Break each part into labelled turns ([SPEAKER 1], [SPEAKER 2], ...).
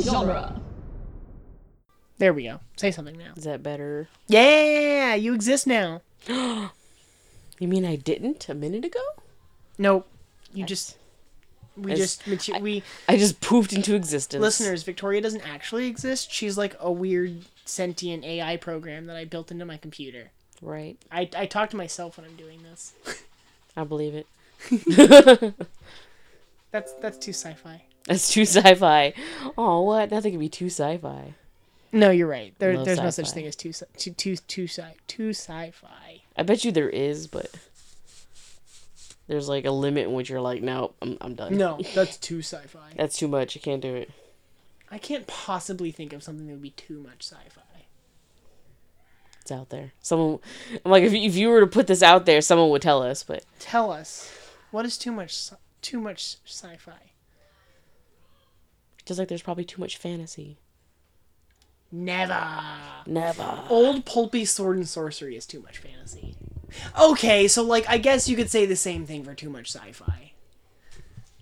[SPEAKER 1] genre. There we go. Say something now.
[SPEAKER 2] Is that better?
[SPEAKER 1] Yeah, you exist now.
[SPEAKER 2] You mean I didn't a minute ago?
[SPEAKER 1] Nope. You just we
[SPEAKER 2] I s-
[SPEAKER 1] just matu- we
[SPEAKER 2] I just poofed into existence.
[SPEAKER 1] listeners, Victoria doesn't actually exist. She's like a weird sentient AI program that I built into my computer.
[SPEAKER 2] Right.
[SPEAKER 1] I I talk to myself when I'm doing this.
[SPEAKER 2] I believe it.
[SPEAKER 1] That's that's too sci-fi.
[SPEAKER 2] That's too sci fi. Oh, what? Nothing can be too sci fi.
[SPEAKER 1] No, you're right. There,
[SPEAKER 2] Love
[SPEAKER 1] there's no such
[SPEAKER 2] sci-fi.
[SPEAKER 1] thing as too sci- too too too sci too sci-fi.
[SPEAKER 2] I bet you there is, but there's like a limit in which you're like, no, I'm, I'm done.
[SPEAKER 1] No, that's too sci-fi.
[SPEAKER 2] That's too much. I can't do it.
[SPEAKER 1] I can't possibly think of something that would be too much sci-fi.
[SPEAKER 2] It's out there. Someone, I'm like, if you, if you were to put this out there, someone would tell us, but
[SPEAKER 1] Tell us, what is too much sci- too much sci-fi?
[SPEAKER 2] just like there's probably too much fantasy.
[SPEAKER 1] Never.
[SPEAKER 2] Never.
[SPEAKER 1] Old pulpy sword and sorcery is too much fantasy. Okay, so like I guess you could say the same thing for too much sci-fi.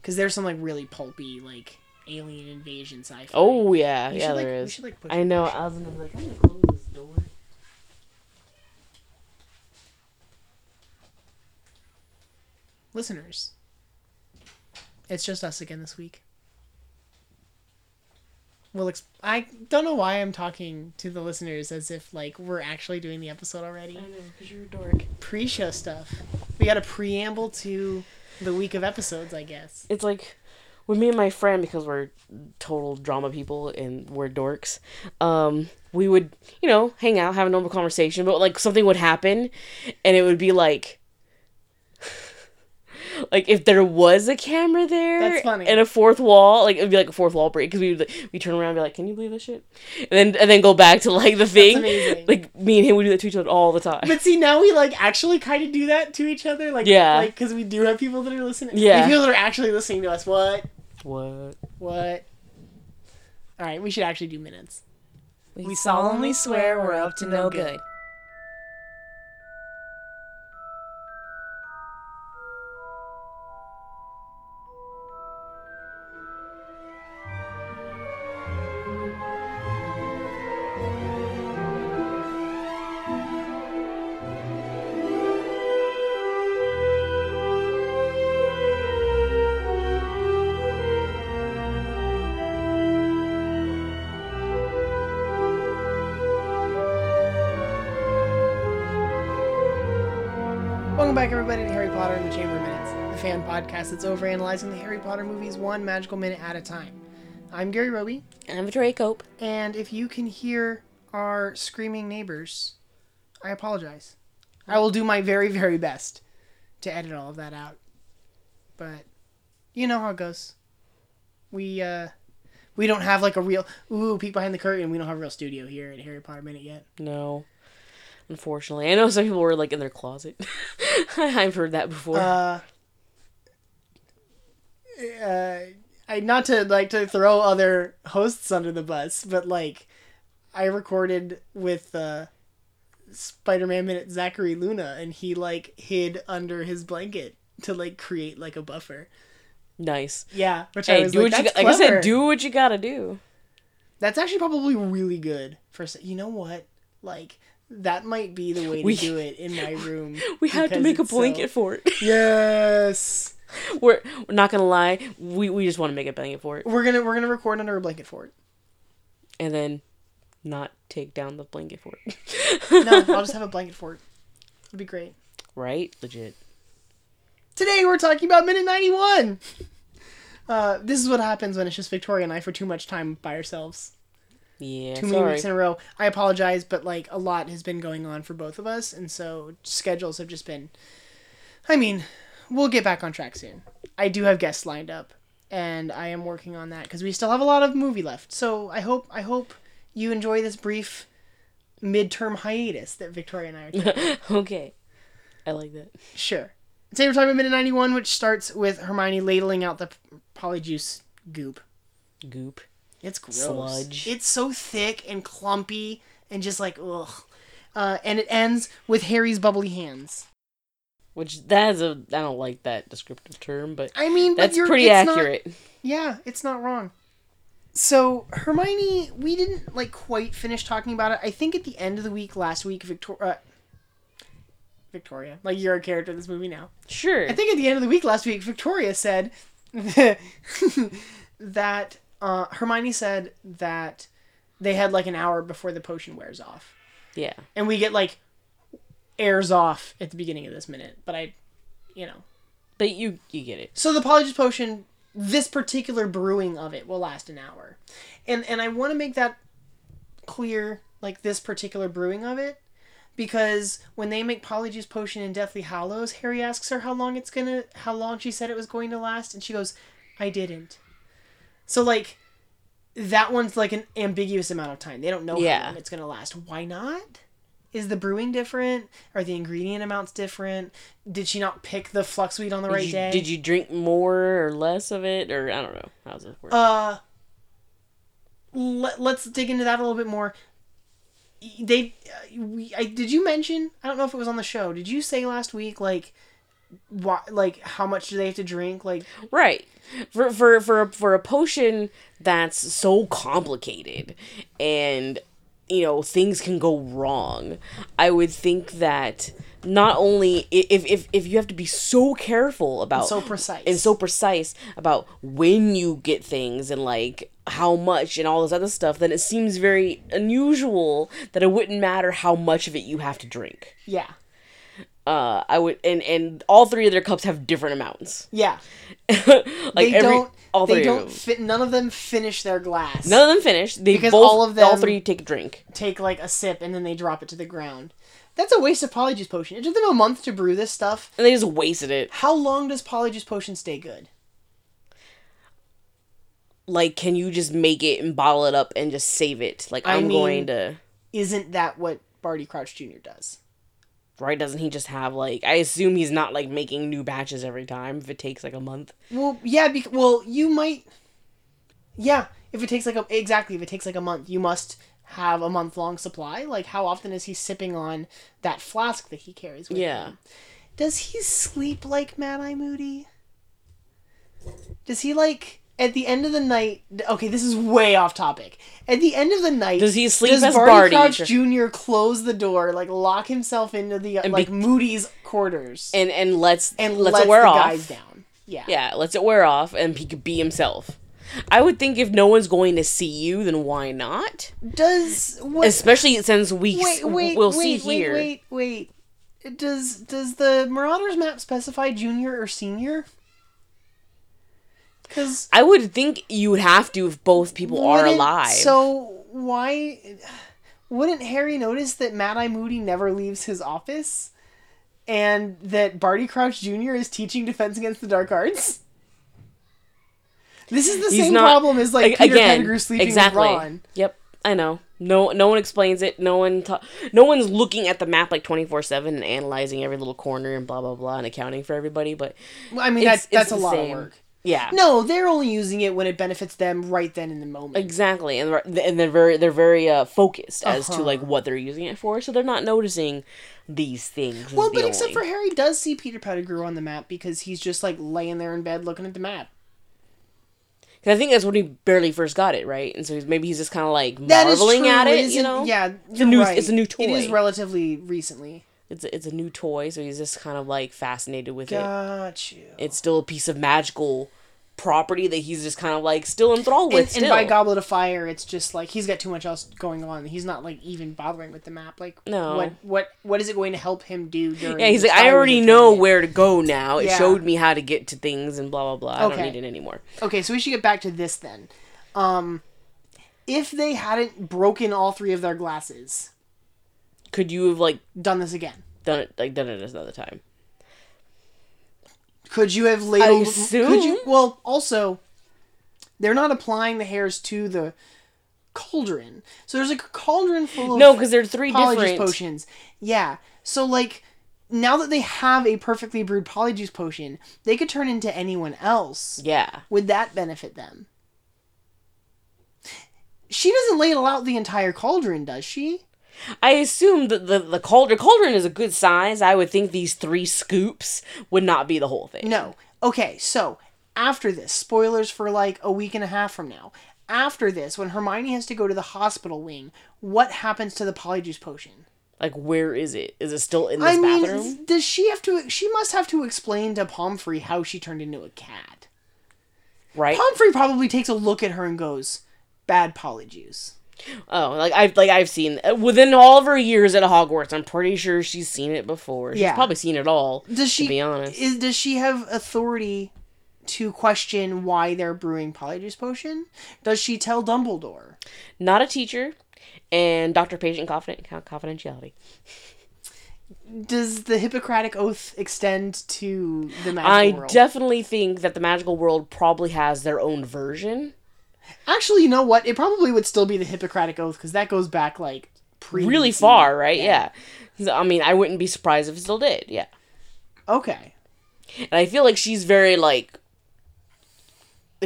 [SPEAKER 1] Cuz there's some like really pulpy like alien invasion sci-fi.
[SPEAKER 2] Oh, yeah.
[SPEAKER 1] We
[SPEAKER 2] yeah,
[SPEAKER 1] should, like-
[SPEAKER 2] there
[SPEAKER 1] we
[SPEAKER 2] is.
[SPEAKER 1] should, like, push
[SPEAKER 2] I know. I was gonna be like, I'm going to close this door.
[SPEAKER 1] listeners. It's just us again this week. We'll exp- I don't know why I'm talking to the listeners as if like we're actually doing the episode already.
[SPEAKER 2] I know, because you're a dork.
[SPEAKER 1] Pre-show stuff. We got a preamble to the week of episodes, I guess.
[SPEAKER 2] it's like with me and my friend because we're total drama people and we're dorks um we would you know hang out have a normal conversation but like something would happen and it would be like like if there was a camera there
[SPEAKER 1] That's funny.
[SPEAKER 2] and a fourth wall like it would be like a fourth wall break because we would like, we turn around and be like can you believe this shit and then and then go back to like the thing
[SPEAKER 1] amazing.
[SPEAKER 2] like me and him would do that to each other all the time
[SPEAKER 1] But see, now we like actually kind of do that to each other, like
[SPEAKER 2] Yeah.
[SPEAKER 1] like because we do have people that are listening.
[SPEAKER 2] Yeah.
[SPEAKER 1] Like, people that are actually listening to us. What?
[SPEAKER 2] what
[SPEAKER 1] What? All right, we should actually do minutes. We solemnly swear we're up to no good. Welcome back, everybody, to Harry Potter and the Chamber of Minutes, the fan podcast that's overanalyzing the Harry Potter movies one magical minute at a time. I'm Gary Roby,
[SPEAKER 2] and i'm Victoria cope
[SPEAKER 1] and if you can hear our screaming neighbors, I apologize. I will do my very, very best to edit all of that out. But you know how it goes. We uh we don't have like a real ooh peek behind the curtain. We don't have a real studio here at Harry Potter Minute yet.
[SPEAKER 2] No. Unfortunately. I know some people were like in their closet. I've heard that before.
[SPEAKER 1] uh, uh, I not to like to throw other hosts under the bus, but like I recorded with uh, Spider-Man minute Zachary Luna, and he like hid under his blanket to like create like a buffer.
[SPEAKER 2] nice.
[SPEAKER 1] Yeah, which I
[SPEAKER 2] Hey,
[SPEAKER 1] was
[SPEAKER 2] do
[SPEAKER 1] like,
[SPEAKER 2] what you
[SPEAKER 1] that's
[SPEAKER 2] got- like I
[SPEAKER 1] clever."
[SPEAKER 2] said, do what you gotta do.
[SPEAKER 1] That's actually probably really good for s- you know what like. That might be the way
[SPEAKER 2] We-
[SPEAKER 1] to do it in my room.
[SPEAKER 2] We had to
[SPEAKER 1] because
[SPEAKER 2] make a
[SPEAKER 1] it's so-
[SPEAKER 2] blanket for it.
[SPEAKER 1] Yes.
[SPEAKER 2] we're, we're not gonna lie. We we just want to make a blanket for it,
[SPEAKER 1] We're gonna we're gonna record under a blanket for it.
[SPEAKER 2] and then not take down the blanket for it.
[SPEAKER 1] No, I'll just have a blanket fort. It'd be great.
[SPEAKER 2] right? Legit.
[SPEAKER 1] Today we're talking about minute 91. Uh, this is what happens when it's just Victoria and I for too much time by ourselves.
[SPEAKER 2] Yeah.
[SPEAKER 1] Too many
[SPEAKER 2] sorry.
[SPEAKER 1] weeks in a row. I apologize, but like a lot has been going on for both of us, and so schedules have just been. I mean, we'll get back on track soon. I do have guests lined up, and I am working on that because we still have a lot of movie left. So I hope I hope you enjoy this brief midterm hiatus that Victoria and I are taking.
[SPEAKER 2] okay. I like that.
[SPEAKER 1] Sure. Today we're talking about minute 91, which starts with Hermione ladling out the p- polyjuice goop.
[SPEAKER 2] Goop.
[SPEAKER 1] It's gross.
[SPEAKER 2] Sludge.
[SPEAKER 1] It's so thick and clumpy and just like, ugh. Uh, and it ends with Harry's bubbly hands.
[SPEAKER 2] Which that is a I don't like that descriptive term, but
[SPEAKER 1] I mean, but
[SPEAKER 2] that's
[SPEAKER 1] you're,
[SPEAKER 2] pretty
[SPEAKER 1] it's not-
[SPEAKER 2] accurate.
[SPEAKER 1] yeah, it's not wrong. So Hermione, we didn't like quite finish talking about it. I think at the end of the week last week, Victoria, uh, Victoria, like you're a character in this movie now.
[SPEAKER 2] Sure.
[SPEAKER 1] I think at the end of the week last week, Victoria said that uh, Hermione said that they had like an hour before the potion wears off,
[SPEAKER 2] yeah.
[SPEAKER 1] and we get like airs off at the beginning of this minute. But I, you know,
[SPEAKER 2] But you you get it.
[SPEAKER 1] so the Polyjuice potion, this particular brewing of it will last an hour, and and I want to make that clear, like this particular brewing of it, because when they make Polyjuice potion in Deathly Hallows, Harry asks her how long it's gonna, how long she said it was going to last, and she goes, "I didn't." So like, that one's like an ambiguous amount of time. They don't know
[SPEAKER 2] Yeah.
[SPEAKER 1] how long it's gonna last. Why not? Is the brewing different? Are the ingredient amounts different? Did she not pick the fluxweed on the right
[SPEAKER 2] Did you,
[SPEAKER 1] day?
[SPEAKER 2] did you drink more or less of it or I don't know how does this work?
[SPEAKER 1] uh let, let's dig into that a little bit more they uh, we, I, did you mention i don't know if it was on the show did you say last week like why, like how much do they have to drink like
[SPEAKER 2] Right. For for for for a potion that's so complicated and you know things can go wrong. I would think that not only i- if if if you have to be so careful about
[SPEAKER 1] so precise.
[SPEAKER 2] and so precise about when you get things and like how much and all this other stuff then it seems very unusual that it wouldn't matter how much of it you have to drink.
[SPEAKER 1] yeah
[SPEAKER 2] Uh I would and and all three of their cups have different amounts.
[SPEAKER 1] yeah
[SPEAKER 2] like
[SPEAKER 1] they
[SPEAKER 2] every
[SPEAKER 1] don't
[SPEAKER 2] all
[SPEAKER 1] they
[SPEAKER 2] three of
[SPEAKER 1] don't
[SPEAKER 2] them.
[SPEAKER 1] fit none of them finish their glass
[SPEAKER 2] None of them finish. They
[SPEAKER 1] Because
[SPEAKER 2] both,
[SPEAKER 1] all
[SPEAKER 2] all
[SPEAKER 1] of them-
[SPEAKER 2] three take a drink.
[SPEAKER 1] take like a sip and then they drop it to the ground that's a waste of polyjuice potion it took them a month to brew this stuff
[SPEAKER 2] And they just wasted it.
[SPEAKER 1] how long does polyjuice potion stay good
[SPEAKER 2] Like, can you just make it and bottle it up and just save it? Like,
[SPEAKER 1] I
[SPEAKER 2] I'm
[SPEAKER 1] mean-
[SPEAKER 2] going to.
[SPEAKER 1] isn't that what barty crouch jr does
[SPEAKER 2] Right? Doesn't he just have, like. I assume he's not, like, making new batches every time if it takes, like, a month.
[SPEAKER 1] Well, yeah. Bec- well, you might. Yeah, if it takes like a exactly, if it takes like a month, you must have a month long supply. Like, how often is he sipping on that flask that he carries? With
[SPEAKER 2] Yeah.
[SPEAKER 1] Him? Does he sleep like Mad Eye Moody? Does he like at the end of the night? Okay, this is way off topic. At the end of the night,
[SPEAKER 2] Does he sleep
[SPEAKER 1] does
[SPEAKER 2] as
[SPEAKER 1] Barty,
[SPEAKER 2] Barty?
[SPEAKER 1] Crouch Junior close the door, like lock himself into the uh, like
[SPEAKER 2] be-
[SPEAKER 1] Moody's quarters,
[SPEAKER 2] And and let's.
[SPEAKER 1] and
[SPEAKER 2] let's
[SPEAKER 1] lets
[SPEAKER 2] it wear
[SPEAKER 1] the
[SPEAKER 2] off.
[SPEAKER 1] guys down? Yeah.
[SPEAKER 2] Yeah, lets it wear off and he could be himself. I would think if no one's going to see you, then why not?
[SPEAKER 1] Does what,
[SPEAKER 2] Especially since we s-
[SPEAKER 1] wait, wait,
[SPEAKER 2] we'll see
[SPEAKER 1] wait, wait,
[SPEAKER 2] here.
[SPEAKER 1] Wait, wait, Does does the Marauders map specify junior or senior? Because
[SPEAKER 2] I would think you would have to if both people are alive.
[SPEAKER 1] So why wouldn't Harry notice that Mad Eye Moody never leaves his office, and that Barty Crouch Junior is teaching Defense Against the Dark Arts? This is the
[SPEAKER 2] He's
[SPEAKER 1] same
[SPEAKER 2] not-
[SPEAKER 1] problem as like
[SPEAKER 2] Ag-
[SPEAKER 1] Peter Pettigrew sleeping with Ron.
[SPEAKER 2] Yep, I know. No, no one explains it. No one, ta- no one's looking at the map like twenty four seven and analyzing every little corner and blah blah blah and accounting for everybody. But
[SPEAKER 1] Well, I mean,
[SPEAKER 2] It's-
[SPEAKER 1] that's that's
[SPEAKER 2] it's
[SPEAKER 1] a
[SPEAKER 2] the
[SPEAKER 1] lot
[SPEAKER 2] same.
[SPEAKER 1] of work.
[SPEAKER 2] yeah,
[SPEAKER 1] No, they're only using it when it benefits them right then in the moment.
[SPEAKER 2] exactly. And they're- and they're very they're very uh, focused as
[SPEAKER 1] Uh-huh.
[SPEAKER 2] to like what they're using it for, so they're not noticing these things. is
[SPEAKER 1] well,
[SPEAKER 2] the
[SPEAKER 1] but except
[SPEAKER 2] only-
[SPEAKER 1] for Harry does see Peter Pettigrew on the map because he's just like laying there in bed looking at the map.
[SPEAKER 2] 'Cause I think that's when he barely first got it, right? And so he's, maybe he's just kind of like
[SPEAKER 1] That is
[SPEAKER 2] marveling at it, you
[SPEAKER 1] isn't-
[SPEAKER 2] know?
[SPEAKER 1] Yeah, it's
[SPEAKER 2] a new- it's a new
[SPEAKER 1] It is
[SPEAKER 2] toy.
[SPEAKER 1] relatively recently.
[SPEAKER 2] It's a, it's a new toy, so he's just kind of like fascinated with it.
[SPEAKER 1] Got you.
[SPEAKER 2] it's still a piece of magical property that he's just kind of like still enthralled with.
[SPEAKER 1] And,
[SPEAKER 2] still.
[SPEAKER 1] and by Goblet of Fire, it's just like he's got too much else going on. He's not like even bothering with the map. Like,
[SPEAKER 2] No.
[SPEAKER 1] what what what is it going to help him do? During
[SPEAKER 2] yeah, he's
[SPEAKER 1] the
[SPEAKER 2] like, I
[SPEAKER 1] Skyward
[SPEAKER 2] already
[SPEAKER 1] Journey?"
[SPEAKER 2] know where to go now. It
[SPEAKER 1] Yeah.
[SPEAKER 2] showed me how to get to things and blah blah blah. I
[SPEAKER 1] Okay.
[SPEAKER 2] don't need it anymore.
[SPEAKER 1] Okay, so we should get back to this then. Um, if they hadn't broken all three of their glasses,
[SPEAKER 2] Could you have like
[SPEAKER 1] done this again.
[SPEAKER 2] done it like done it another time?
[SPEAKER 1] Could you have ladled? Could you?
[SPEAKER 2] assume.
[SPEAKER 1] Well, also, they're not applying the hairs to the cauldron. So there's like a cauldron full of
[SPEAKER 2] No, because there are three
[SPEAKER 1] polyjuice
[SPEAKER 2] different.
[SPEAKER 1] potions. Yeah. So like now that they have a perfectly brewed polyjuice potion, they could turn into anyone else.
[SPEAKER 2] Yeah,
[SPEAKER 1] Would that benefit them? She doesn't ladle out the entire cauldron, does she?
[SPEAKER 2] I assume that the the cauldron cauldron is a good size. I would think these three scoops would not be the whole thing.
[SPEAKER 1] No. Okay, so after this, spoilers for like a week and a half from now. after this, when Hermione has to go to the hospital wing, what happens to the polyjuice potion?
[SPEAKER 2] Like, where is it? Is it still in this
[SPEAKER 1] I mean,
[SPEAKER 2] bathroom?
[SPEAKER 1] does she have to? She must have to explain to Pomfrey how she turned into a cat.
[SPEAKER 2] Right.
[SPEAKER 1] Pomfrey probably takes a look at her and goes, "Bad polyjuice."
[SPEAKER 2] Oh, like I've like I've seen uh, within all of her years at Hogwarts, I'm pretty sure she's seen it before. She's
[SPEAKER 1] Yeah.
[SPEAKER 2] probably seen it all.
[SPEAKER 1] Does she?
[SPEAKER 2] to be honest?
[SPEAKER 1] Is does she have authority to question why they're brewing polyjuice potion? Does she tell Dumbledore?
[SPEAKER 2] Not a teacher, and doctor patient confident co- confidentiality.
[SPEAKER 1] Does the Hippocratic Oath extend to the
[SPEAKER 2] I
[SPEAKER 1] magical world?
[SPEAKER 2] definitely think that the magical world probably has their own version.
[SPEAKER 1] Actually, you know what? It probably would still be the Hippocratic Oath because that goes back like pre.
[SPEAKER 2] Really far, right? Yeah. So, I mean, I wouldn't be surprised if it still did. Yeah.
[SPEAKER 1] Okay.
[SPEAKER 2] And I feel like she's very like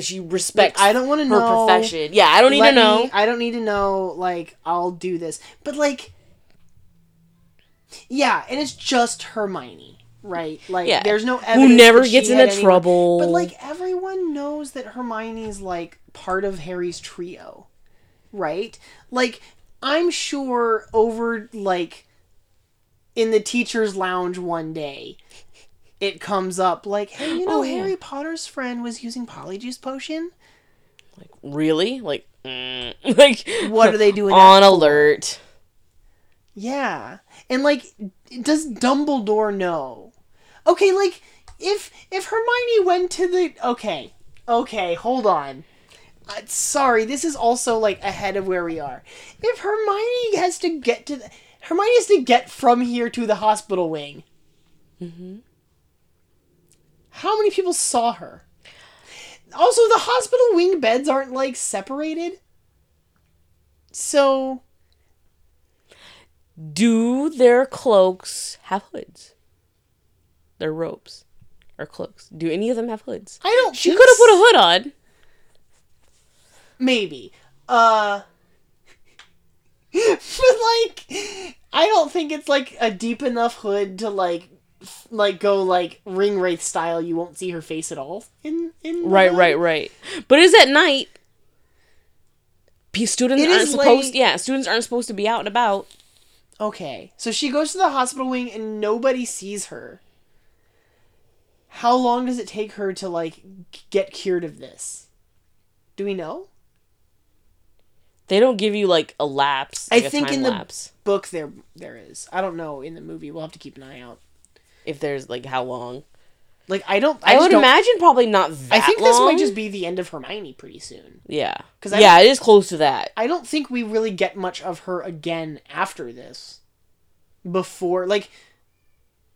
[SPEAKER 2] she respects
[SPEAKER 1] I don't want to
[SPEAKER 2] her
[SPEAKER 1] know.
[SPEAKER 2] profession. Yeah, I don't need
[SPEAKER 1] Let
[SPEAKER 2] to know.
[SPEAKER 1] me- I don't need to know. Like, I'll do this, but like, yeah, and it's just Hermione, right? Like,
[SPEAKER 2] Yeah.
[SPEAKER 1] there's no
[SPEAKER 2] Who
[SPEAKER 1] evidence
[SPEAKER 2] never
[SPEAKER 1] that
[SPEAKER 2] gets
[SPEAKER 1] she
[SPEAKER 2] into
[SPEAKER 1] had any-
[SPEAKER 2] trouble.
[SPEAKER 1] But like, everyone knows that Hermione's like part of Harry's trio, right? Like, I'm sure over like in the teacher's lounge one day. It comes up like, hey, you know,
[SPEAKER 2] Oh, yeah.
[SPEAKER 1] Harry Potter's friend was using polyjuice potion.
[SPEAKER 2] really? Like mm, like
[SPEAKER 1] What are they doing? that
[SPEAKER 2] on alert.
[SPEAKER 1] Yeah. And like does Dumbledore know? Okay, like if if Hermione went to the okay. Okay, hold on. Uh, sorry, this is also like ahead of where we are. If Hermione has to get to the, Hermione has to get from here to the hospital wing. Mm-hmm. How many people saw her? Also, the hospital wing beds aren't like separated. So,
[SPEAKER 2] Do their cloaks have hoods? Their robes or cloaks. Do any of them have hoods?
[SPEAKER 1] I don't
[SPEAKER 2] She could have put a hood on.
[SPEAKER 1] maybe uh but like i don't think it's like a deep enough hood to like f- like go like ring wraith style you won't see her face at all in in the
[SPEAKER 2] Right,
[SPEAKER 1] hood.
[SPEAKER 2] right, right. But it is at night. P- Students
[SPEAKER 1] It
[SPEAKER 2] aren't
[SPEAKER 1] is
[SPEAKER 2] supposed
[SPEAKER 1] late.
[SPEAKER 2] yeah, students aren't supposed to be out and about.
[SPEAKER 1] okay so she goes to the hospital wing and nobody sees her how long does it take her to like g- get cured of this do we know
[SPEAKER 2] They don't give you like a lapse. Like a
[SPEAKER 1] think
[SPEAKER 2] time
[SPEAKER 1] in the-
[SPEAKER 2] lapse.
[SPEAKER 1] book there there is i don't know in the movie we'll have to keep an eye out
[SPEAKER 2] If there's like how long.
[SPEAKER 1] like i don't i,
[SPEAKER 2] I,
[SPEAKER 1] just
[SPEAKER 2] would
[SPEAKER 1] don't-
[SPEAKER 2] imagine probably not that
[SPEAKER 1] i think this
[SPEAKER 2] long.
[SPEAKER 1] might just be the end of hermione pretty soon
[SPEAKER 2] Yeah.
[SPEAKER 1] 'Cause I-
[SPEAKER 2] yeah, it is close to that.
[SPEAKER 1] I don't think we really get much of her again after this. Before, like,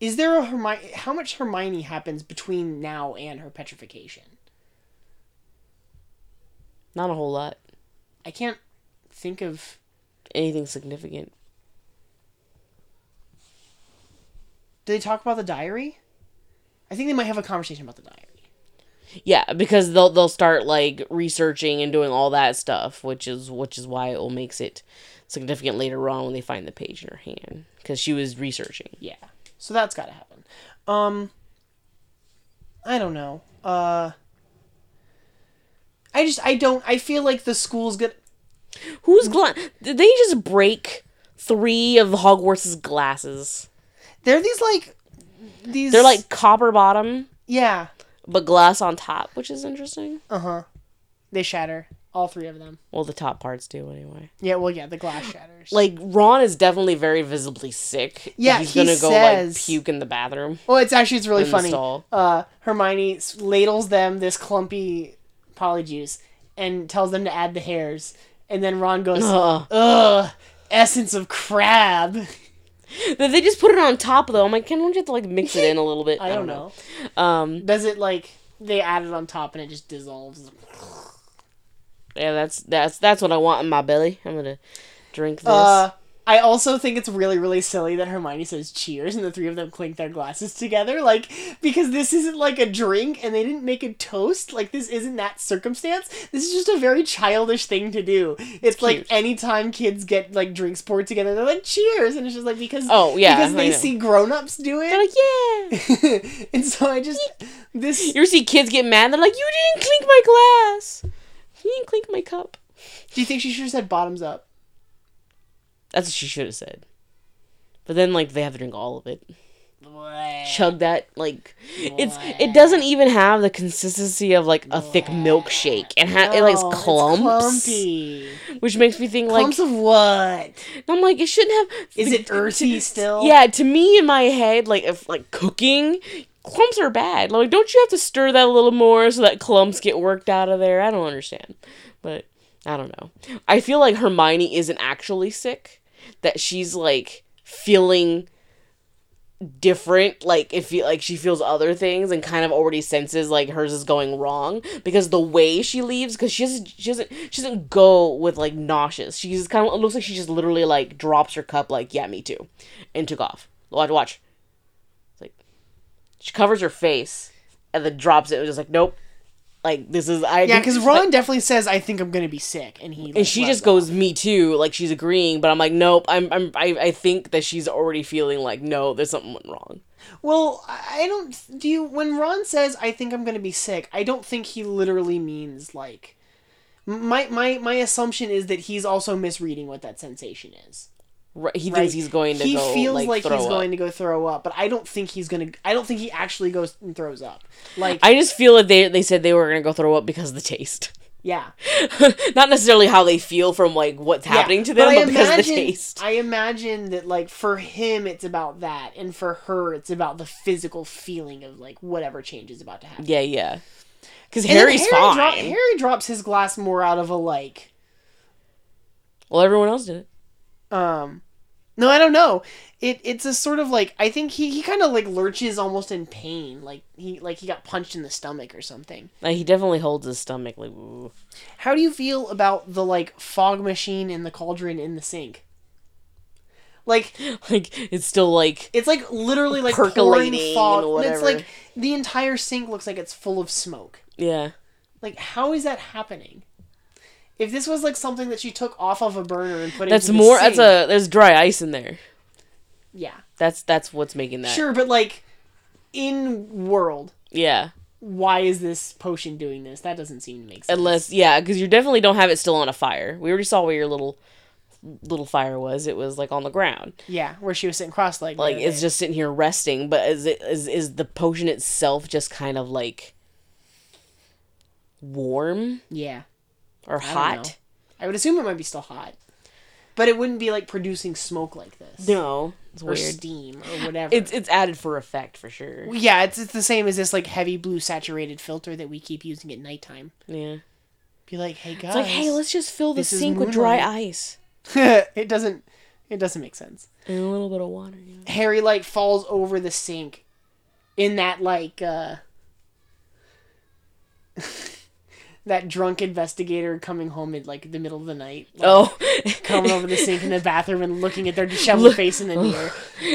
[SPEAKER 1] is there a Hermione? How much Hermione happens between now and her petrification?
[SPEAKER 2] Not a whole lot.
[SPEAKER 1] I can't think of.
[SPEAKER 2] Anything significant.
[SPEAKER 1] Do they talk about the diary? I think they might have a conversation about the diary.
[SPEAKER 2] Yeah, because they'll they'll start like researching and doing all that stuff, which is which is why it all makes it significant later on when they find the page in her hand because she was researching.
[SPEAKER 1] Yeah, so that's got to happen. Um, I don't know. Uh, I just I don't. I feel like the school's gonna.
[SPEAKER 2] Who's gla- Did they just break three of Hogwarts' glasses?
[SPEAKER 1] They're these like these.
[SPEAKER 2] They're like copper bottom,
[SPEAKER 1] yeah.
[SPEAKER 2] but glass on top, which is interesting.
[SPEAKER 1] Uh huh. They shatter. All three of them.
[SPEAKER 2] Well, the top parts do anyway.
[SPEAKER 1] Yeah, well, yeah, the glass shatters.
[SPEAKER 2] Like Ron is definitely very visibly sick.
[SPEAKER 1] Yeah,
[SPEAKER 2] he's
[SPEAKER 1] he
[SPEAKER 2] gonna go
[SPEAKER 1] says-
[SPEAKER 2] like puke in the bathroom.
[SPEAKER 1] well, Oh, it's actually it's really
[SPEAKER 2] the
[SPEAKER 1] funny.
[SPEAKER 2] stall.
[SPEAKER 1] Uh, Hermione s- ladles them this clumpy polyjuice and tells them to add the hairs, and then Ron goes,
[SPEAKER 2] Ugh.
[SPEAKER 1] "Ugh, essence of crab."
[SPEAKER 2] They- They just put it on top though. I'm like, can don't you have to like mix it in a little bit?
[SPEAKER 1] I don't know.
[SPEAKER 2] know. Um,
[SPEAKER 1] Does it like they add it on top and it just dissolves?
[SPEAKER 2] yeah, that's that's that's what I want in my belly. I'm gonna drink this.
[SPEAKER 1] Uh, I also think it's really, really silly that Hermione says cheers and the three of them clink their glasses together. Like, because this isn't like a drink and they didn't make a toast. Like, this isn't that circumstance. This is just a very childish thing to do. It's, like
[SPEAKER 2] cute.
[SPEAKER 1] anytime kids get like drinks poured together, they're like cheers. And it's just like because,
[SPEAKER 2] Oh, yeah,
[SPEAKER 1] because
[SPEAKER 2] I
[SPEAKER 1] they
[SPEAKER 2] know.
[SPEAKER 1] see grown ups do
[SPEAKER 2] They're
[SPEAKER 1] it.
[SPEAKER 2] like, yeah.
[SPEAKER 1] and so I just, this,
[SPEAKER 2] You ever see kids get mad? They're like, you didn't clink my glass. You didn't clink my cup?
[SPEAKER 1] Do you think she should have said bottoms up?
[SPEAKER 2] That's what she should have said. But then like they have to drink all of it. Chug that like it's it doesn't even have the consistency of like a thick milkshake and ha- it like
[SPEAKER 1] Oh, it's
[SPEAKER 2] clumps,
[SPEAKER 1] clumpy.
[SPEAKER 2] which makes me think like
[SPEAKER 1] Clumps of what?
[SPEAKER 2] I'm like it shouldn't have.
[SPEAKER 1] Is
[SPEAKER 2] like,
[SPEAKER 1] it earthy still?
[SPEAKER 2] Yeah, to me in my head, like if like cooking, clumps are bad. Like, don't you have to stir that a little more so that clumps get worked out of there? I don't understand, but I don't know. I feel like Hermione isn't actually sick; that she's like feeling different like if you like she feels other things and kind of already senses like hers is going wrong because the way she leaves because she doesn't she doesn't she doesn't go with like nauseous she just kind of it looks like she just literally like drops her cup like yeah me too and took off watch watch it's like she covers her face and then drops it and was just like nope like this is i
[SPEAKER 1] Yeah, because Ron definitely says, "I think I'm gonna be sick," and he
[SPEAKER 2] and she just goes me too like she's agreeing but i'm like nope i'm, I'm I, I think that she's already feeling like no there's something wrong
[SPEAKER 1] Well, I I don't. Do you? When Ron says, "I think I'm gonna be sick," I don't think he literally means like. My my my assumption is that he's also misreading what that sensation is.
[SPEAKER 2] Right, he
[SPEAKER 1] right?
[SPEAKER 2] thinks he's going to
[SPEAKER 1] He
[SPEAKER 2] go.
[SPEAKER 1] feels like,
[SPEAKER 2] like,
[SPEAKER 1] he's
[SPEAKER 2] throw up.
[SPEAKER 1] going to go throw up, but I don't think he's gonna. I don't think he actually goes and throws up. Like
[SPEAKER 2] I just feel that they they said they were gonna go throw up because of the taste,
[SPEAKER 1] yeah,
[SPEAKER 2] not necessarily how they feel from like what's happening
[SPEAKER 1] Yeah,
[SPEAKER 2] to them, but,
[SPEAKER 1] I
[SPEAKER 2] because of the
[SPEAKER 1] imagine-
[SPEAKER 2] taste.
[SPEAKER 1] I imagine that like for him it's about that, and for her it's about the physical feeling of like whatever change is about to happen.
[SPEAKER 2] Yeah, yeah. Because
[SPEAKER 1] And then
[SPEAKER 2] Harry's
[SPEAKER 1] Harry
[SPEAKER 2] fine.
[SPEAKER 1] dro- Harry drops his glass more out of a like.
[SPEAKER 2] well, everyone else did it.
[SPEAKER 1] um no i don't know it it's a sort of like i think he, he kind of like lurches almost in pain like he like he got punched in the stomach or something
[SPEAKER 2] Like, he definitely holds his stomach. Like, ooh.
[SPEAKER 1] how do you feel about the like fog machine and the cauldron in the sink like
[SPEAKER 2] like it's still like
[SPEAKER 1] it's like literally like
[SPEAKER 2] Percolating
[SPEAKER 1] percolating fog
[SPEAKER 2] and
[SPEAKER 1] and it's
[SPEAKER 2] whatever.
[SPEAKER 1] like the entire sink looks like it's full of smoke
[SPEAKER 2] yeah.
[SPEAKER 1] like how is that happening if this was like something that she took off of a burner and put
[SPEAKER 2] That's
[SPEAKER 1] into the
[SPEAKER 2] more.
[SPEAKER 1] sink,
[SPEAKER 2] That's a. There's dry ice in there.
[SPEAKER 1] yeah
[SPEAKER 2] That's that's what's making that.
[SPEAKER 1] sure but like in world
[SPEAKER 2] Yeah.
[SPEAKER 1] why is this potion doing this? That doesn't seem to make sense.
[SPEAKER 2] Unless yeah, because you definitely don't have it still on a fire. We already saw where your little little fire was. It was like on the ground.
[SPEAKER 1] yeah, where she was sitting cross-legged.
[SPEAKER 2] like it's just sitting here resting but is it is is the potion itself just kind of like warm
[SPEAKER 1] yeah.
[SPEAKER 2] or
[SPEAKER 1] I don't
[SPEAKER 2] hot
[SPEAKER 1] know. I would assume it might be still hot, but it wouldn't be like producing smoke like this
[SPEAKER 2] no it's
[SPEAKER 1] or
[SPEAKER 2] weird
[SPEAKER 1] steam or whatever.
[SPEAKER 2] it's it's added for effect for sure
[SPEAKER 1] yeah, it's it's the same as this like heavy blue saturated filter that we keep using at nighttime.
[SPEAKER 2] yeah
[SPEAKER 1] Be like, hey guys,
[SPEAKER 2] it's like hey let's just fill the
[SPEAKER 1] This is
[SPEAKER 2] sink with dry
[SPEAKER 1] moonlight.
[SPEAKER 2] ice
[SPEAKER 1] it doesn't it doesn't make sense.
[SPEAKER 2] and a little bit of water you know?
[SPEAKER 1] Harry like falls over the sink in that like uh that drunk investigator coming home at like the middle of the night. Like,
[SPEAKER 2] oh
[SPEAKER 1] coming over the sink in the bathroom and looking at their disheveled face in the mirror.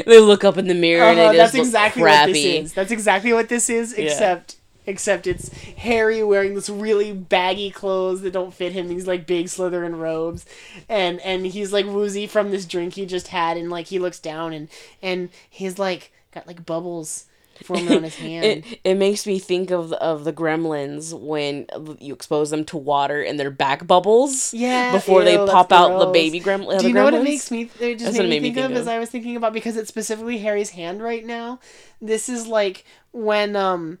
[SPEAKER 2] they look up in the mirror and
[SPEAKER 1] Uh-huh,
[SPEAKER 2] they just
[SPEAKER 1] that's exactly what this
[SPEAKER 2] crappy
[SPEAKER 1] is. That's exactly what this is, except except it's Harry wearing this really baggy clothes that don't fit him, these like big Slytherin robes. And and he's like woozy from this drink he just had and like he looks down and and he's like got like bubbles forming on his hand.
[SPEAKER 2] It, it makes me think of of the gremlins when you expose them to water and their back bubbles.
[SPEAKER 1] Yeah,
[SPEAKER 2] Before they
[SPEAKER 1] ew, that's
[SPEAKER 2] pop out the
[SPEAKER 1] gross.
[SPEAKER 2] baby gremlin.
[SPEAKER 1] Do you know what it makes me? It just
[SPEAKER 2] That's
[SPEAKER 1] made
[SPEAKER 2] what
[SPEAKER 1] me, think, of, as I was thinking about because it's specifically Harry's hand right now. This is like when um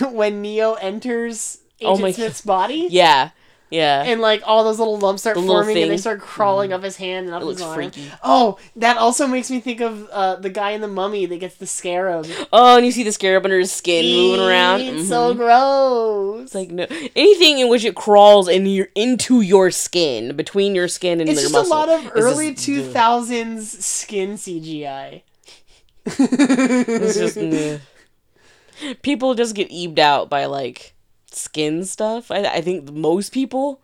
[SPEAKER 1] when Neo enters
[SPEAKER 2] Oh
[SPEAKER 1] Agent
[SPEAKER 2] my
[SPEAKER 1] Smith's body.
[SPEAKER 2] Yeah, yeah.
[SPEAKER 1] And like all those little lumps start
[SPEAKER 2] The little
[SPEAKER 1] forming, and they
[SPEAKER 2] thing. Mm-hmm.
[SPEAKER 1] start crawling up his hand and up
[SPEAKER 2] looks
[SPEAKER 1] his arm.
[SPEAKER 2] freaky.
[SPEAKER 1] Oh, that also makes me think of uh, the guy in the Mummy that gets the scarab.
[SPEAKER 2] oh, and you see the scarab under his skin moving around.
[SPEAKER 1] Eee,
[SPEAKER 2] Mhm.
[SPEAKER 1] It's so gross.
[SPEAKER 2] It's like no anything in which it crawls in your into your skin, between your skin and
[SPEAKER 1] It's
[SPEAKER 2] your
[SPEAKER 1] just
[SPEAKER 2] muscle.
[SPEAKER 1] a lot of
[SPEAKER 2] is just-
[SPEAKER 1] early two thousands skin CGI.
[SPEAKER 2] It's just meh. people just get ebbed out by like skin stuff. I I think most people.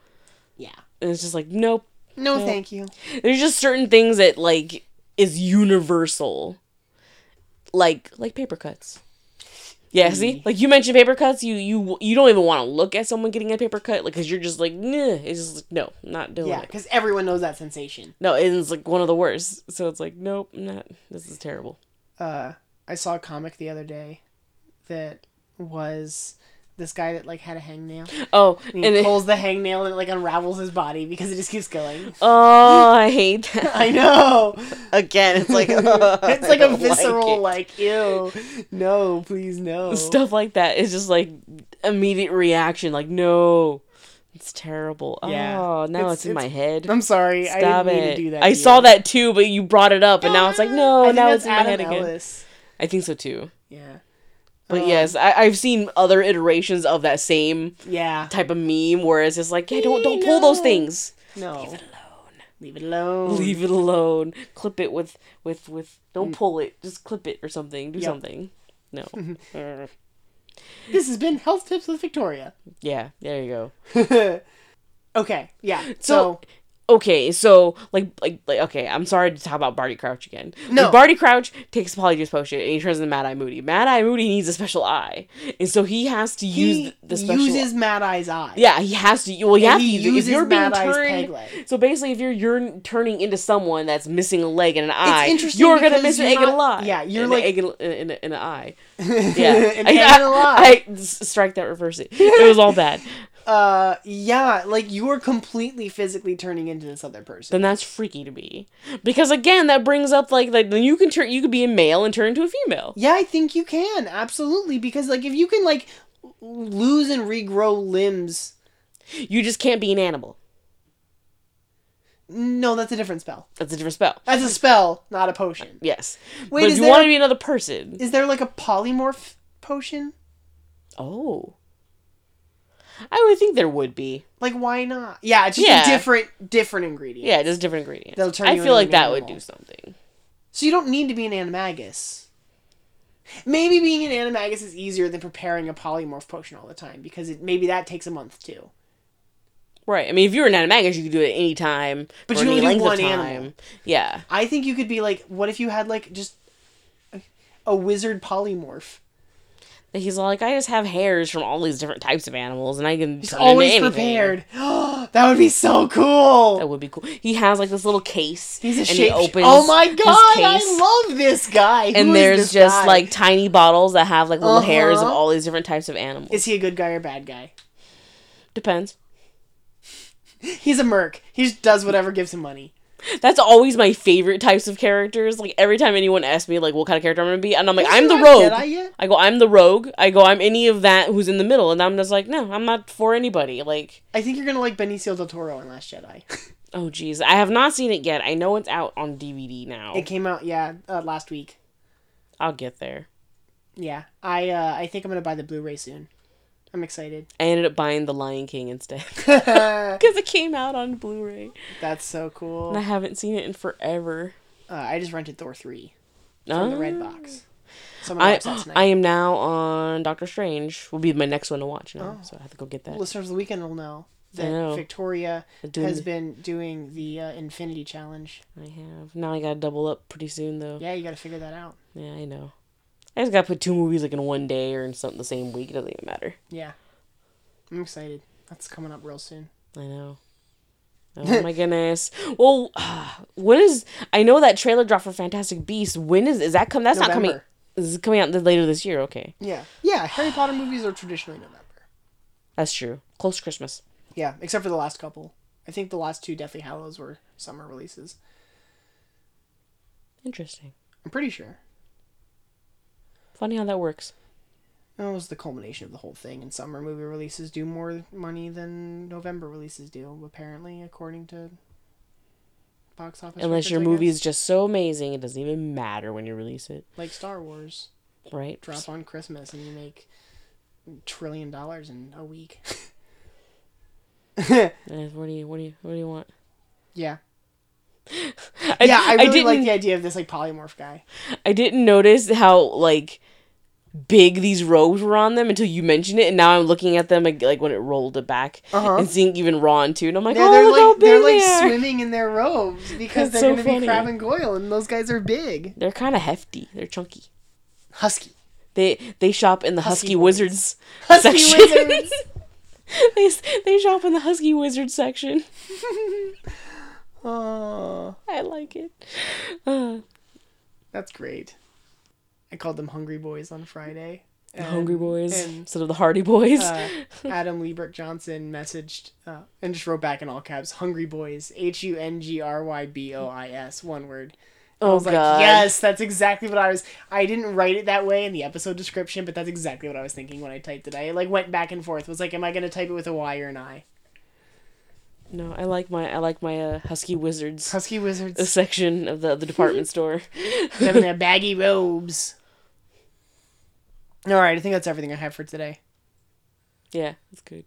[SPEAKER 1] yeah.
[SPEAKER 2] And it's just like nope.
[SPEAKER 1] No, thank you.
[SPEAKER 2] there's just certain things that like is universal like like paper cuts yeah see like you mentioned paper cuts you you you don't even want to look at someone getting a paper cut like because you're just like nah. it's just like, no not doing
[SPEAKER 1] Yeah,
[SPEAKER 2] it
[SPEAKER 1] because everyone knows that sensation.
[SPEAKER 2] no and it's like one of the worst so it's like nope not this is
[SPEAKER 1] Uh,
[SPEAKER 2] terrible
[SPEAKER 1] I saw a comic the other day that was this guy that like had a hangnail.
[SPEAKER 2] Oh,
[SPEAKER 1] And
[SPEAKER 2] and,
[SPEAKER 1] he
[SPEAKER 2] it-
[SPEAKER 1] pulls the hangnail and it like unravels his body because it just keeps going.
[SPEAKER 2] oh, I hate that.
[SPEAKER 1] I know.
[SPEAKER 2] Again, it's like
[SPEAKER 1] It's like a visceral like, ew. No, please no.
[SPEAKER 2] stuff like that is just like immediate reaction. Like no, it's terrible.
[SPEAKER 1] Yeah.
[SPEAKER 2] Oh, now
[SPEAKER 1] It's-
[SPEAKER 2] it's, in
[SPEAKER 1] it's-
[SPEAKER 2] my head.
[SPEAKER 1] I'm sorry. I
[SPEAKER 2] Stop
[SPEAKER 1] didn't
[SPEAKER 2] it.
[SPEAKER 1] mean to do that.
[SPEAKER 2] I
[SPEAKER 1] to
[SPEAKER 2] saw
[SPEAKER 1] you.
[SPEAKER 2] that too, but you brought it up, and now it's like no,
[SPEAKER 1] I think
[SPEAKER 2] now
[SPEAKER 1] that's
[SPEAKER 2] it's in my
[SPEAKER 1] Adam
[SPEAKER 2] head again.
[SPEAKER 1] Ellis.
[SPEAKER 2] I think so too.
[SPEAKER 1] Yeah.
[SPEAKER 2] But
[SPEAKER 1] Um,
[SPEAKER 2] yes, I- I've seen other iterations of that same
[SPEAKER 1] Yeah.
[SPEAKER 2] type of meme where it's just like, yeah, don't don't pull those
[SPEAKER 1] No.
[SPEAKER 2] things.
[SPEAKER 1] No. Leave it alone. Leave it alone.
[SPEAKER 2] Leave it alone. Clip it with with with. Don't pull it. Just clip it or something. Do
[SPEAKER 1] Mm. Yep.
[SPEAKER 2] something. No. Uh,
[SPEAKER 1] This has been Health Tips with Victoria.
[SPEAKER 2] yeah. There you go.
[SPEAKER 1] Okay. Yeah.
[SPEAKER 2] So,
[SPEAKER 1] So,
[SPEAKER 2] okay, so like like like okay, I'm sorry to talk about Barty Crouch again.
[SPEAKER 1] No.
[SPEAKER 2] Like, Barty Crouch takes a Polyjuice potion and he turns into Mad Eye Moody. Mad Eye Moody needs a special eye, and so he has to use
[SPEAKER 1] he
[SPEAKER 2] th- the special.
[SPEAKER 1] uses Mad Eye's eye.
[SPEAKER 2] yeah, he has to. Well, you
[SPEAKER 1] And
[SPEAKER 2] have
[SPEAKER 1] he
[SPEAKER 2] to use it. if
[SPEAKER 1] uses
[SPEAKER 2] you're being
[SPEAKER 1] Mad Eye's
[SPEAKER 2] turned.
[SPEAKER 1] peg leg.
[SPEAKER 2] So basically, if you're you're turning into someone that's missing a leg and an eye,
[SPEAKER 1] interesting
[SPEAKER 2] you're gonna
[SPEAKER 1] because
[SPEAKER 2] miss an
[SPEAKER 1] you're
[SPEAKER 2] egg and a
[SPEAKER 1] not-
[SPEAKER 2] lie.
[SPEAKER 1] yeah, you're
[SPEAKER 2] an
[SPEAKER 1] like-
[SPEAKER 2] egg and, uh, and, and an eye. Yeah,
[SPEAKER 1] An
[SPEAKER 2] I-
[SPEAKER 1] egg and a lie.
[SPEAKER 2] I- I- s- strike that, reverse it. It was all bad.
[SPEAKER 1] Uh, yeah, like you are completely physically turning into this other person.
[SPEAKER 2] then that's freaky to me. Because again, that brings up like like then you can turn you could be a male and turn into a female.
[SPEAKER 1] yeah, I think you can absolutely because like if you can like l- lose and regrow limbs,
[SPEAKER 2] You just can't be an animal.
[SPEAKER 1] no, that's a different spell.
[SPEAKER 2] That's a different spell.
[SPEAKER 1] That's a spell, not a potion.
[SPEAKER 2] Yes.
[SPEAKER 1] Wait,
[SPEAKER 2] but
[SPEAKER 1] is
[SPEAKER 2] if you
[SPEAKER 1] there-
[SPEAKER 2] want to be another person.
[SPEAKER 1] Is there like a polymorph potion?
[SPEAKER 2] oh. I would think there would be.
[SPEAKER 1] Like why not? Yeah, it's just
[SPEAKER 2] Yeah.
[SPEAKER 1] a different different ingredient.
[SPEAKER 2] Yeah, just different ingredients.
[SPEAKER 1] They'll turn
[SPEAKER 2] I
[SPEAKER 1] you
[SPEAKER 2] feel
[SPEAKER 1] into
[SPEAKER 2] like
[SPEAKER 1] an
[SPEAKER 2] that would
[SPEAKER 1] animal.
[SPEAKER 2] do something.
[SPEAKER 1] So you don't need to be an animagus. Maybe being an animagus is easier than preparing a polymorph potion all the time because it maybe that takes a month too.
[SPEAKER 2] Right. I mean, if you were an animagus, you could do it any time.
[SPEAKER 1] But
[SPEAKER 2] for
[SPEAKER 1] you
[SPEAKER 2] any
[SPEAKER 1] only do
[SPEAKER 2] length of
[SPEAKER 1] one
[SPEAKER 2] time.
[SPEAKER 1] animal.
[SPEAKER 2] Yeah.
[SPEAKER 1] I think you could be like, what if you had like just a- a wizard polymorph?
[SPEAKER 2] But He's like, I just have hairs from all these different types of animals, and I can
[SPEAKER 1] He's
[SPEAKER 2] turn
[SPEAKER 1] always
[SPEAKER 2] into anything.
[SPEAKER 1] prepared. that would be so
[SPEAKER 2] That
[SPEAKER 1] cool.
[SPEAKER 2] would be cool. He has like this little case.
[SPEAKER 1] He's a
[SPEAKER 2] and
[SPEAKER 1] shape.
[SPEAKER 2] he opens
[SPEAKER 1] oh my
[SPEAKER 2] his
[SPEAKER 1] god!
[SPEAKER 2] case.
[SPEAKER 1] I love this guy. Who
[SPEAKER 2] and
[SPEAKER 1] is
[SPEAKER 2] there's
[SPEAKER 1] this
[SPEAKER 2] just
[SPEAKER 1] guy?
[SPEAKER 2] like tiny bottles that have like little hairs of
[SPEAKER 1] Uh-huh.
[SPEAKER 2] all these different types of animals.
[SPEAKER 1] is he a good guy or bad guy?
[SPEAKER 2] Depends.
[SPEAKER 1] He's a merc. He just does whatever gives him money.
[SPEAKER 2] That's always my favorite types of characters. Like every time anyone asks me like what kind of character I'm gonna be, and I'm like,
[SPEAKER 1] Is
[SPEAKER 2] I'm
[SPEAKER 1] there
[SPEAKER 2] the
[SPEAKER 1] a
[SPEAKER 2] rogue.
[SPEAKER 1] Jedi yet?
[SPEAKER 2] I go, I'm the rogue. I go, I'm any of that who's in the middle, and I'm just like, no, I'm not for anybody. Like,
[SPEAKER 1] I think you're gonna like Benicio del Toro in Last Jedi.
[SPEAKER 2] oh geez, I have not seen it yet. I know it's out on DVD now.
[SPEAKER 1] it came out yeah uh, last week.
[SPEAKER 2] I'll get there.
[SPEAKER 1] Yeah, I uh, I think I'm gonna buy the Blu-ray soon. I'm excited.
[SPEAKER 2] I ended up buying The Lion King instead
[SPEAKER 1] That's
[SPEAKER 2] because it came out on Blu-ray,
[SPEAKER 1] so
[SPEAKER 2] and I
[SPEAKER 1] cool.
[SPEAKER 2] haven't seen it in forever.
[SPEAKER 1] Uh, I just rented Thor three.
[SPEAKER 2] No.
[SPEAKER 1] from the red box. So I'm gonna
[SPEAKER 2] Ah. I,
[SPEAKER 1] watch that tonight.
[SPEAKER 2] I am now on Doctor Strange. Will be my next one to watch now,
[SPEAKER 1] Oh.
[SPEAKER 2] so I have to go get that.
[SPEAKER 1] Listeners of the weekend will know
[SPEAKER 2] I
[SPEAKER 1] that
[SPEAKER 2] know.
[SPEAKER 1] Victoria
[SPEAKER 2] Doing
[SPEAKER 1] has
[SPEAKER 2] the-
[SPEAKER 1] been doing the uh, Infinity Challenge.
[SPEAKER 2] I have now. I gotta double up pretty soon though. Yeah,
[SPEAKER 1] Yeah, you got to figure that out.
[SPEAKER 2] I know. I just gotta put two movies like in one day or in something the same week. It doesn't even matter.
[SPEAKER 1] Yeah, I'm excited. That's coming up real soon.
[SPEAKER 2] I know. Oh my goodness. Well, when is I know that trailer dropped for Fantastic Beasts. When is is that come? That's not coming.
[SPEAKER 1] November.
[SPEAKER 2] This is coming out th- later this year. Okay,
[SPEAKER 1] Yeah, yeah. Harry Potter movies are traditionally November.
[SPEAKER 2] that's true. Close to Christmas.
[SPEAKER 1] Yeah, except for the last couple. I think the last two Deathly Hallows were summer releases.
[SPEAKER 2] Interesting.
[SPEAKER 1] I'm pretty sure.
[SPEAKER 2] Funny how that works.
[SPEAKER 1] That was the culmination of the whole thing, and summer movie releases do more money than November releases do, apparently, according to box office.
[SPEAKER 2] Unless
[SPEAKER 1] records,
[SPEAKER 2] your
[SPEAKER 1] I guess.
[SPEAKER 2] movie is just so amazing, it doesn't even matter when you release it,
[SPEAKER 1] like Star Wars,
[SPEAKER 2] right?
[SPEAKER 1] drop on Christmas and you make trillion dollars in a week.
[SPEAKER 2] Uh, What do you what do you what do you want?
[SPEAKER 1] yeah.
[SPEAKER 2] I,
[SPEAKER 1] Yeah, I really
[SPEAKER 2] didn't
[SPEAKER 1] like the idea of this like polymorph guy.
[SPEAKER 2] I didn't notice how like big these robes were on them until you mentioned it, and now I'm looking at them like, like when it rolled it back
[SPEAKER 1] Uh-huh.
[SPEAKER 2] and seeing even Ron too, and I'm like,
[SPEAKER 1] Yeah,
[SPEAKER 2] oh
[SPEAKER 1] they're
[SPEAKER 2] look how
[SPEAKER 1] like
[SPEAKER 2] big
[SPEAKER 1] they're
[SPEAKER 2] they
[SPEAKER 1] like
[SPEAKER 2] are.
[SPEAKER 1] swimming in their robes because
[SPEAKER 2] That's
[SPEAKER 1] they're
[SPEAKER 2] so
[SPEAKER 1] gonna be
[SPEAKER 2] funny.
[SPEAKER 1] Crab and Goyle and those guys are big.
[SPEAKER 2] They're kind of hefty. They're chunky.
[SPEAKER 1] Husky.
[SPEAKER 2] They they shop in the Husky,
[SPEAKER 1] Husky
[SPEAKER 2] Wizards
[SPEAKER 1] Husky
[SPEAKER 2] section.
[SPEAKER 1] wizards.
[SPEAKER 2] they s- they shop in the Husky Wizards section.
[SPEAKER 1] Oh
[SPEAKER 2] I like it. Uh,
[SPEAKER 1] that's great. I called them hungry boys on Friday.
[SPEAKER 2] The Hungry Boys
[SPEAKER 1] and-
[SPEAKER 2] instead of the Hardy Boys.
[SPEAKER 1] uh, Adam Liebert Johnson messaged uh, and just wrote back in all caps, "Hungry Boys," H U N G R Y B O I S, one word. I
[SPEAKER 2] oh
[SPEAKER 1] was like,
[SPEAKER 2] god.
[SPEAKER 1] yes, that's exactly what I was. I didn't write it that way in the episode description, but that's exactly what I was thinking when I typed it. I like went back and forth. Was like, am I gonna type it with a Y or an I?
[SPEAKER 2] No, I like my I like my uh, Husky Wizards
[SPEAKER 1] Husky
[SPEAKER 2] a
[SPEAKER 1] wizards,
[SPEAKER 2] section of the the department store.
[SPEAKER 1] them in their baggy robes. All right, I think that's everything I have for today.
[SPEAKER 2] Yeah, that's good.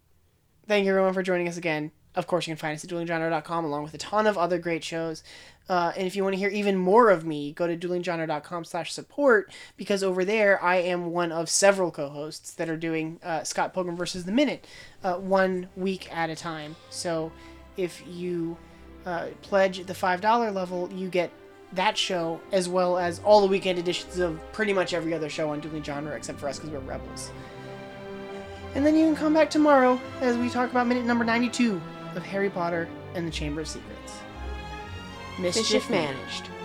[SPEAKER 1] Thank you everyone for joining us again. Of course, you can find us at duelinggenre.com along with a ton of other great shows. Uh, and if you want to hear even more of me, go to duelinggenre.com slash support because over there I am one of several co-hosts that are doing uh, Scott Pilgrim versus the Minute uh, one week at a time. So if you uh, pledge at the $5 level, you get that show as well as all the weekend editions of pretty much every other show on Dueling Genre except for us because we're rebels. And then you can come back tomorrow as we talk about minute number 92 of Harry Potter and the Chamber of Secrets.
[SPEAKER 2] Mischief
[SPEAKER 1] Mischief, managed.